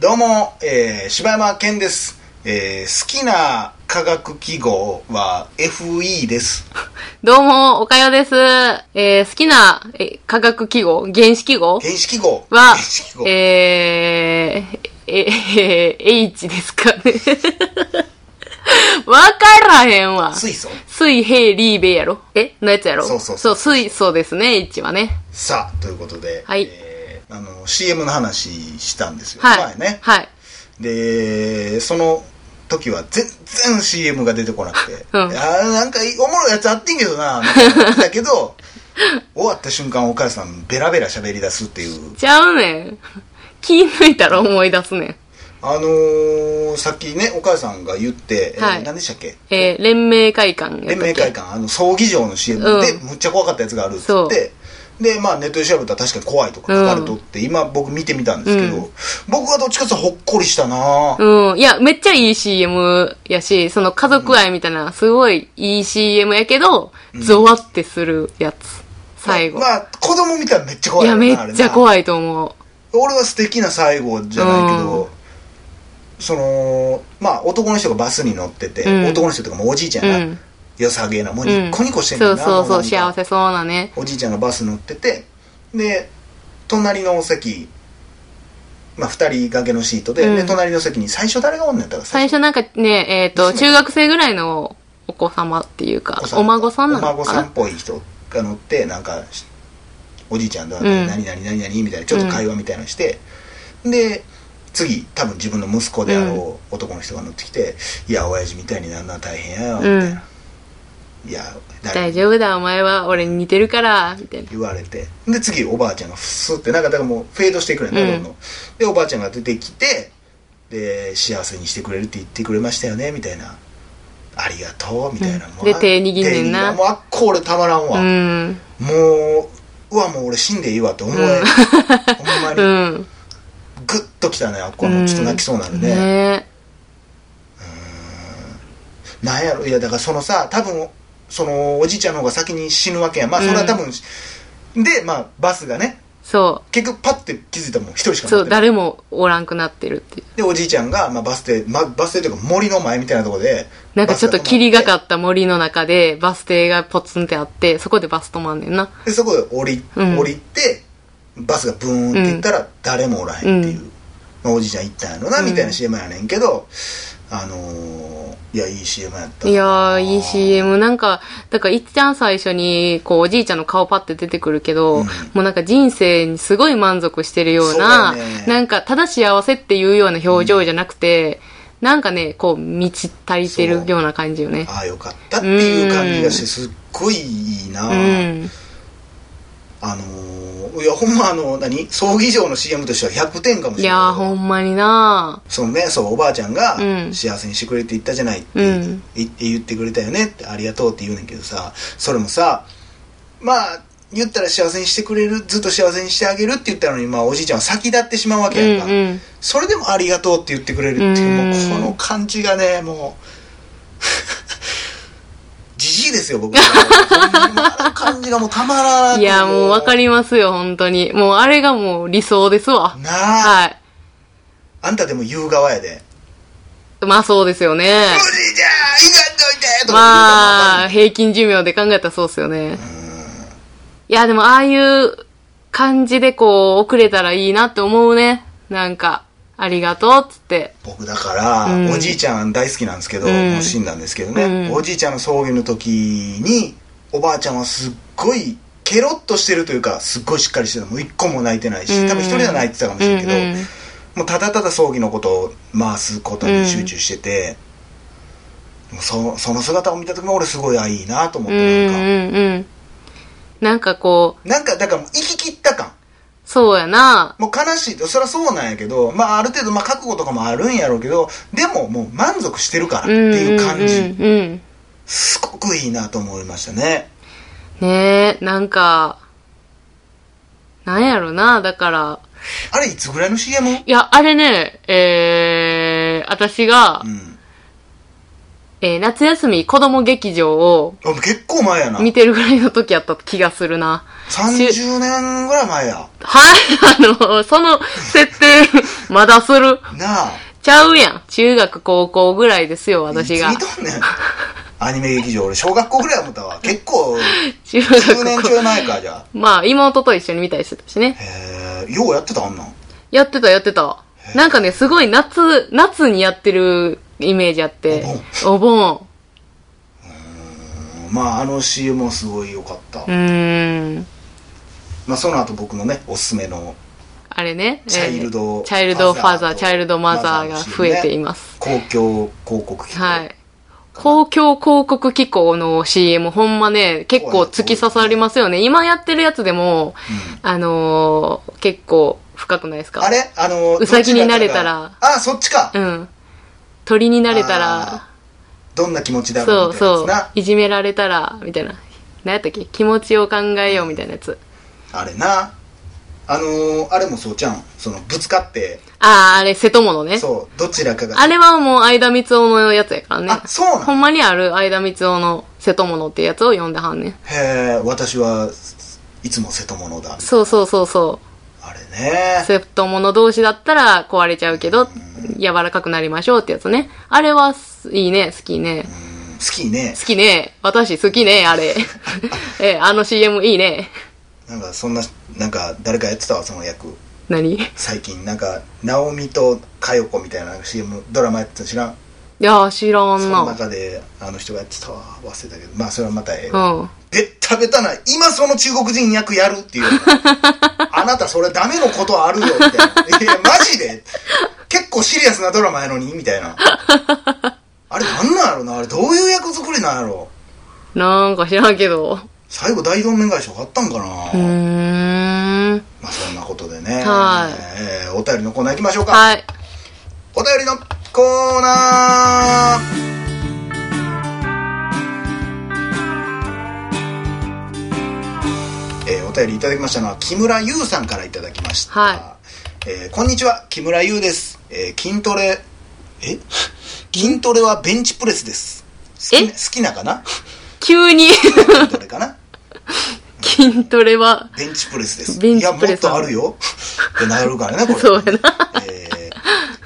どうも、えー、柴山健です、えー、好きな科学記号は FE ですどうも、おかよです。えー、好きな、え、科学記号原子記号原子記号は原子記号、、えー、え、え、H ですかね。 わからへんわ。水素水平リーベやろえのやつやろそうそうそうそう。水素ですね、H はね。さあということで、はいえーあの CM の話したんですよ、はい。前ねはい。でその時は全然 CM が出てこなくて、 うんあーなんかおもろいやつあってんけどなみたいな思ってたけ ど終わった瞬間お母さんベラベラ喋り出すっていうちゃうねん。気抜いたら思い出すねん。あのー、さっきねお母さんが言って、えーはい何でしたっけえー、連盟会館やったっけ連盟会館あの葬儀場の CM で、うむっちゃ怖かったやつがあるっつってでまあネットで調べたら確かに怖いとか書かれとって、今僕見てみたんですけど、う僕はどっちかっていうとほっこりしたな、うん。いや、めっちゃいい CM やし、その家族愛みたいな、すごいいい CM やけど、ゾワってするやつ。最後。まあ子供見たらめっちゃ怖いいや、よなめあれっちなゃ怖いと思う。俺は素敵な最後じゃないけど、うんそのまあ男の人がバスに乗ってて、うん男の人とかもうおじいちゃんが、うん良さげなもううんニッコニコしてんねそんうな、そうもそう、なんか幸せそうなね。おじいちゃんがバス乗っててで隣の席まあ、二人掛けのシートで,、うんで隣の席に最初誰がおんねんやったら最初なんかね、えっ、と、中学生ぐらいのお子様っていうか、お孫さんなお孫のかさんなっぽい人が乗ってなんかしおじいちゃんと「ん何々何々」みたいなちょっと会話みたいなのして、で次多分自分の息子であろう男の人が乗ってきて「いや親父みたいになんな大変やよ」みたいな「いや誰大丈夫だ、お前は俺に似てるから、みたいな。言われてで次おばあちゃんがふすってなんかだからもうフェードしていくるんだどんどんでおばあちゃんが出てきてで幸せにしてくれるって言ってくれましたよねみたいなありがとうみたいな、うんもうであ手握んねんな手握るもうあっこ俺たまらんわ、うん。もううわもう俺死んでいいわって思え、うんほんまにうグん。ッときたねあっこはもうちょっと泣きそうなるね、ねなんやろいやだからそのさ多分そのおじいちゃんの方が先に死ぬわけやまあそれは多分、でまあバスがねそ結局パッて気づいたらもう一人しう。か乗そっう、てない誰もおらんくなってるっていう。でおじいちゃんが、まあ、バス停、まあ、バス停というか森の前みたいなところでなんかちょっと霧がかっった森の中でバス停がポツンってあって、そこでバス止まんねんな。てでそこで降り,、うん降りてバスがブーンって行ったら誰もおらへんっていう、うまあ、おじいちゃん行ったんやろなうんみたいな CM やねんけど、あのーいやいい CM やったいやー、いい CM CM。なんか、だから一ちゃん最初に、こう、おじいちゃんの顔パッて出てくるけど、うんもうなんか人生にすごい満足してるような、そうだねなんか、ただ幸せっていうような表情じゃなくて、なんかね、こう、満ち足りてるような感じよね。ああよかったっていう感じがしてすっごいいいな、うん。あのーいやほんまあの何葬儀場の CM としては100点かもしいれないやー、ほんまになそのね、そうおばあちゃんがうん幸せにしてくれって言ったじゃないって,、うん言って言ってくれたよねってありがとうって言うねんけどさそれもさまあ言ったら幸せにしてくれるずっと幸せにしてあげるって言ったのに、まあ、おじいちゃんは先立ってしまうわうけやんんか、うん。それでもありがとうって言ってくれるっていううもんうこの感じがねも うじじいですよ僕はほんまあの感じがもうたまらないいやー、もうわかりますよ、本当に。もう、あれがもう理想ですわ。なあ、はい。あんたでも言う側やでまあ、そうですよ「ねお。じいちゃん行かんといて!」とか言うたらわかんなまいあ、平均寿命で考えたらそうっすよね。いや、でもああいう感じでこう、遅れたらいいなって思うね。なんか、ありがとうっつって。僕だから、うんおじいちゃん大好きなんですけど、うんもう死んだんですけどね、うんおじいちゃんの葬儀の時におばあちゃんはすっごいケロッとしてるというかすっごいしっかりしてるもう一個も泣いてないし、うん多分一人では泣いてたかもしうんれうんけど、もうただただ葬儀のことを回すことに集中してて、もうそその姿を見た時も俺すごいあいいなと思っん。うんてなんか、うんうん。なんかこう、なんかだからもう生き切った感そうやな。もう悲しいとそりゃそうなんやけど、まあ、ある程度まあ覚悟とかもあるんやろうけどでももう満足してるからってうんうんいう感じ、うんうん。すごくいいなと思いましたね。ねえ、なんか、なんやろな、だから。あれ、いつぐらいの CM? いや、あれね、えー、私が、うん。えー夏休み子供劇場をあ結構前やな。見てるぐらいの時やった気がするな。 30年ぐらい前や。はい、あの、その設定、まだする。なあちゃうやん。中学、高校ぐらいですよ、私がいつ。見と んねんアニメ劇場俺小学校ぐらい思ったわ結構中10年学、ちょ高い前かじゃまあ、妹と一緒に見たりしてたしねあ。へえようやってたあんなんやってた、やってた。なんかね、すごい夏、夏にやってるイメージあって。お盆。うんまああの CM もすごい良かった、うーん。まあその後僕のねおすすめのあれね。チャイルドえーチャイルドファザファザーー、とチャイルドマザーが増えています。公共広告機構はい。公共広告機構の CM、ほんまね、結構突き刺さりますよね。今やってるやつでも、あのー、結構深くないですかあれあのうさぎになれたどっちらがあそっちか、うん。鳥になれたらあ、どんな気持ちだろそううみたいなやそつうな、いじめられたら、みたいな。何やったっけ気持ちを考えようみたいなやつ。あれなあのーあれもそうちゃんそのぶつかってああ、あれ、瀬戸物ね。そうどちらかがあれはもう、相田光夫のやつやからね。あそうなほのんまにある相田光夫の瀬戸物ってやつを読んではんねん。へえ私はいつも瀬戸物だそうそうそうそあれう。ね瀬戸物同士だったら壊れちゃうけど、柔らかくなりましょうってやつね。あれはす、いいね、好きね。うん好きね好きね。私好きね、あれ。 ええ、あの CM いいね。なんかそんななんか誰かやってたわその役何最近なんか直美と佳代子みたいな CM ドラマやってた知らんいやー、知らそんのな。中であの人がやってたわ忘れたけどまあそれはまたええわうん。べったべたな今その中国人役やるっていう あなたそれダメのことあるよみたいな「いやマジで結構シリアスなドラマやのに」みたいなあれなんなんやろなあれどういう役作りなんやろなんか知らんけど。最後大どんめん返しよかったんかな、うーん。まあそんなことでね、はいえーお便りのコーナー行きましょうか、はい。お便りのコーナーえーお便りいただきましたのは木村優さんからいただきました、はえーこんにちは木村優です、えー筋トレえ筋トレはベンチプレスです好きえな好きなかな急に 筋トレかな筋トレは、ベンチプレスです。ベンチプレスいや、もっとある よ。ってなるからね、これ。そうやな。えー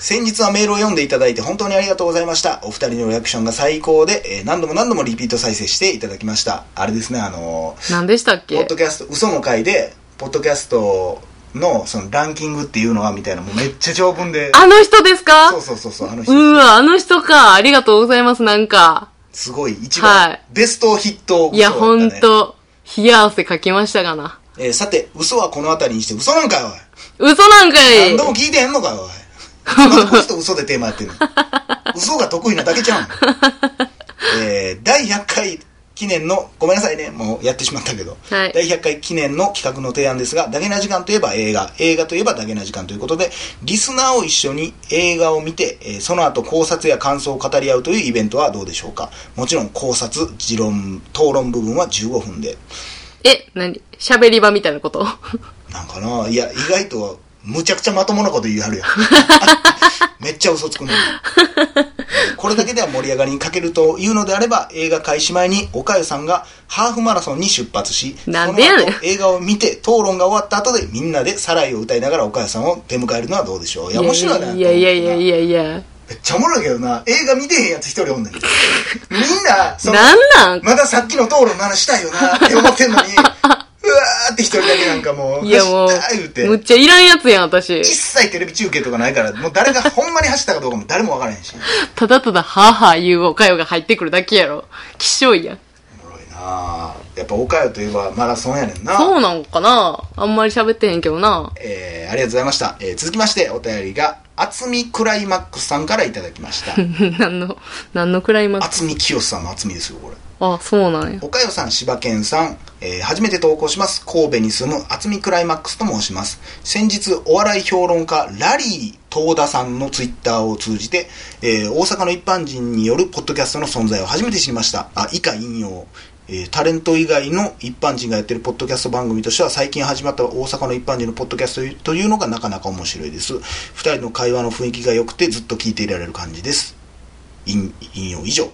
先日はメールを読んでいただいて本当にありがとうございました。お二人のリアクションが最高で、えー何度も何度もリピート再生していただきました。あれですね、あのー何でしたっポけッドキャスト、嘘の回で、ポッドキャストのそのランキングっていうのはみたいな、もうめっちゃ長文で。あの人ですかそうそうそうそう、あの人うわ、あの人か。ありがとうございます、なんか。すごい、一は番い、ベストヒット、いや、嘘ほだんったね。と、冷や汗かきましたがな。えーさて、嘘はこの辺りにして、嘘なんかよ、おい。嘘なんかい何度も聞いてへんのかよ、おい。なんでこっちと嘘でテーマやっ てんの嘘が得意なだけじゃん。えー、第100回記念の、ごめんなさいね、もうやってしまったけど、はい第100回記念の企画の提案ですが、ダゲな時間といえば映画、映画といえばダゲな時間ということで、リスナーを一緒に映画を見て、えーその後考察や感想を語り合うというイベントはどうでしょうか。もちろん考察、持論、討論部分は15分で。え、何喋り場みたいなことなんかないや、意外と、むちゃくちゃまともなこと言いはるやん。 めっちゃ嘘つくねんな。えーこれだけでは盛り上がりに欠けるというのであれば、映画開始前に、おかゆさんがハーフマラソンに出発し、なんでやねんその後映画を見て、討論が終わった後で、みんなでサライを歌いながらおかゆさんを出迎えるのはどうでしょう。いや、面白いな。いやいやいやいや。やいや。めっちゃおもろいけどな、映画見てへんやつ一人おんねん。みんな、そのなんなんまださっきの討論の話したいよ なって思ってんのに、うわーって一人だけなんかもう、いやもう走った言う、、むってちゃいらんやつやん、私。一切テレビ中継とかないから、もう誰がほんまに走ったかどうかも誰もわからへんし。ただただ、はぁはぁ言うおかよが入ってくるだけやろ。きしょいやん。おもろいなあやっぱ岡山といえばマラソンやねんな。そうなんかなあんまり喋ってへんけどな。 えー、ありがとうございました。えー、続きましてお便りが、厚みクライマックスさんからいただきま した。何の、何のくらいます厚み清さんの厚みですよ、これ。あ、そうなんや。おかよさん、柴犬さん、えー初めて投稿します。神戸に住む厚みクライマックスと申します。先日、お笑い評論家、ラリー東田さんのツイッターを通じて、えー大阪の一般人によるポッドキャストの存在を初めて知りました。あ、以下引用。えータレント以外の一般人がやってるポッドキャスト番組としては最近始まった大阪の一般人のポッドキャストというのがなかなか面白いです。二人の会話の雰囲気が良くてずっと聞いていられる感じです。引引用以上。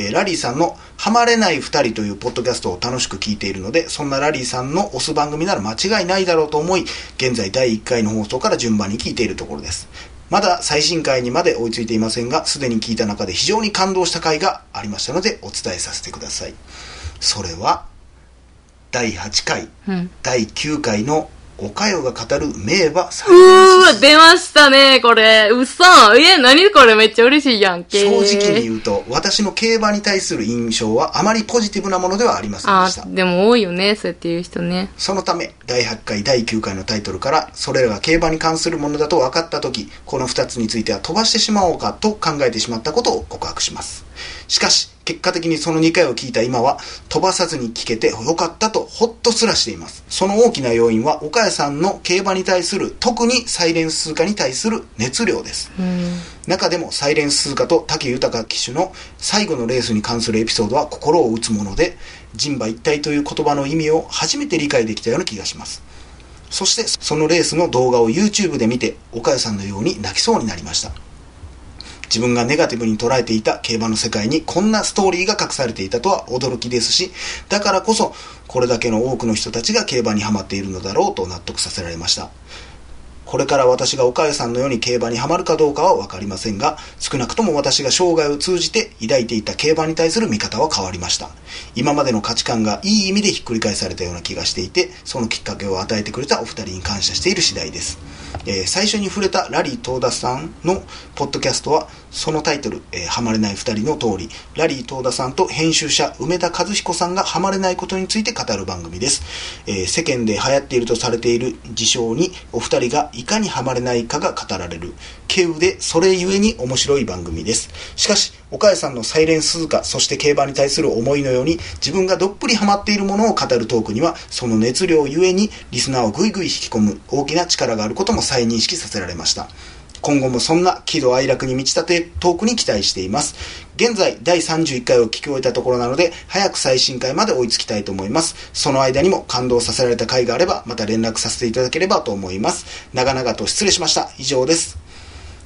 えーラリーさんの「ハマれない二人」というポッドキャストを楽しく聞いているのでそんなラリーさんの推す番組なら間違いないだろうと思い現在第1回の放送から順番に聞いているところですまだ最新回にまで追いついていませんがすでに聞いた中で非常に感動した回がありましたのでお伝えさせてくださいそれは第8回うん。第9回のおかよが語る名馬う三ーわ、出ましたね、これ。嘘え、何これめっちゃ嬉しいやんけ。正直に言うと私の競馬に対する印象はあまりポジティブなものではありませんであしたー、でも多いよね、そうやって言う人ね。そのため第8回第9回のタイトルからそれらが競馬に関するものだと分かった時この2つについては飛ばしてしまおうかと考えてしまったことを告白しますしかし結果的にその2回を聞いた今は飛ばさずに聞けてよかったとほっとすらしていますその大きな要因は岡谷さんの競馬に対する特にサイレンス通貨に対する熱量ですうん。中でもサイレンス鈴鹿と武豊騎手の最後のレースに関するエピソードは心を打つもので人馬一体という言葉の意味を初めて理解できたような気がしますそしてそのレースの動画を YouTube で見て岡谷さんのように泣きそうになりました自分がネガティブに捉えていた競馬の世界にこんなストーリーが隠されていたとは驚きですしだからこそこれだけの多くの人たちが競馬にはまっているのだろうと納得させられましたこれから私がおかゆさんのように競馬にはまるかどうかは分かりませんが少なくとも私が生涯を通じて抱いていた競馬に対する見方は変わりました今までの価値観がいい意味でひっくり返されたような気がしていてそのきっかけを与えてくれたお二人に感謝している次第です、えー最初に触れたラリー東田さんのポッドキャストはそのタイトル「えーはまれない二人」の通りラリー東田さんと編集者梅田和彦さんがハマれないことについて語る番組です、えー世間で流行っているとされている事象にお二人がいかにハマれないかが語られる稀有でそれゆえに面白い番組ですしかし岡谷さんのサイレンス鈴鹿そして競馬に対する思いのように自分がどっぷりハマっているものを語るトークにはその熱量ゆえにリスナーをぐいぐい引き込む大きな力があることも再認識させられました今後もそんな喜怒哀楽に満ち立てトークに期待しています現在第31回を聞き終えたところなので早く最新回まで追いつきたいと思いますその間にも感動させられた回があればまた連絡させていただければと思います長々と失礼しました以上です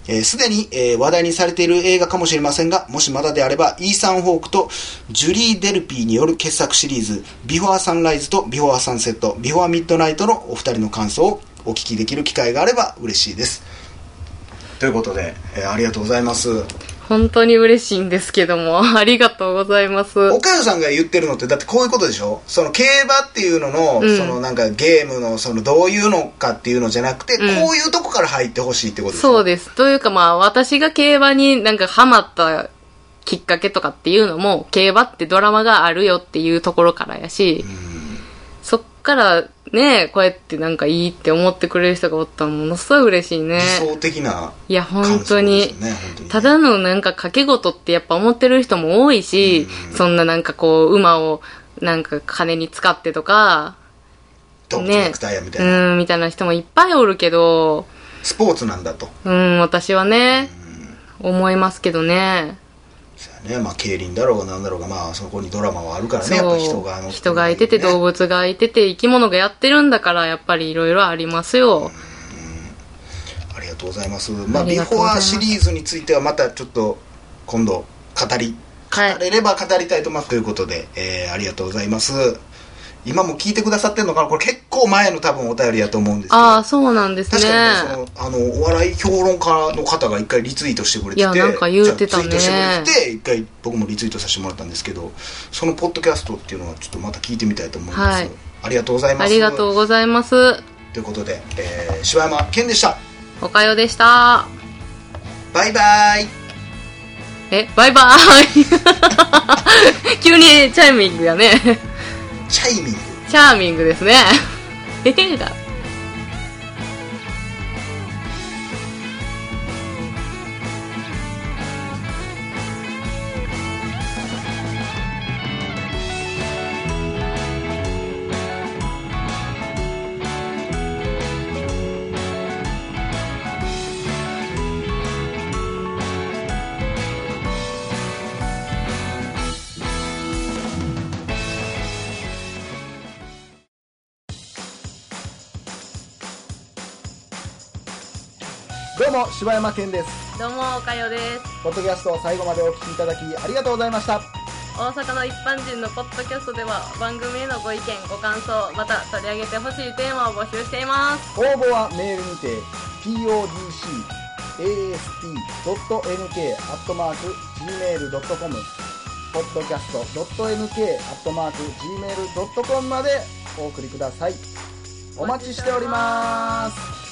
えーすでに、えー話題にされている映画かもしれませんが、もしまだであれば、イーサン・ホークとジュリー・デルピーによる傑作シリーズ、ビフォア・サンライズとビフォア・サンセット、ビフォア・ミッドナイトのお二人の感想をお聞きできる機会があれば嬉しいです。ということで、えーありがとうございます。本当に嬉しいんですけども、 ありがとうございます。岡谷さんが言ってるのって、だってこういうことでしょその競馬っていうのの、うんそのなんかゲームの、そのどういうのかっていうのじゃなくて、んこういうとこから入ってほしいってことでしょそうです。というかまあ、私が競馬になんかハマったきっかけとかっていうのも、競馬ってドラマがあるよっていうところからやし、そっからね、こうやってなんかいいって思ってくれる人がおったらものすごい嬉しいね。理想的ないうや、本当に。ね、本当にねただのなんか掛け事ってやっぱ思ってる人も多いし、そんななんかこう、馬をなんか金に使ってとか、ドンキネクタイやみたういな、ん、みたいな人もいっぱいおるけど、スポーツなんだとうん、私はね、思いますけどね。そうやねまあ競輪だろうがなんだろうがまあそこにドラマはあるからねやっぱ人が乗ってるんだよそう。ね人がいてて、動物がいてて、生き物がやってるんだから、やっぱりいろいろありますよ。ありがとうございますまああビりフがとうォございアますシリーズについてはまたちょっと今度語りはい語れれば語りたいと思いますということで、えーありがとうございます今も聞いてくださってるのかなこれ結構前の多分お便りやと思うんですけどああ、そうなんです確ね。かにねそのあのお笑い評論家の方が一回リツイートしてくれてていやなんか言うてたねじゃあツイートしてくれてて一回僕もリツイートさせてもらったんですけどそのポッドキャストっていうのはちょっとまた聞いてみたいと思います、はいありがとうございますありがとうございます。ということで、えー、柴山健でしたおかよでした。バイバイえ、バイ バイ急にチャイミングやね。チャイミングチャーミングですね。 映画。どうも柴山健ですどうも、おかよです。ポッドキャストを最後までお聞きいただきありがとうございました大阪の一般人のポッドキャストでは番組へのご意見、ご感想、また取り上げてほしいテーマを募集しています。応募はメールにて podcast.nk.gmail.com podcast.nk.gmail.com までお送りくださいお待ちしております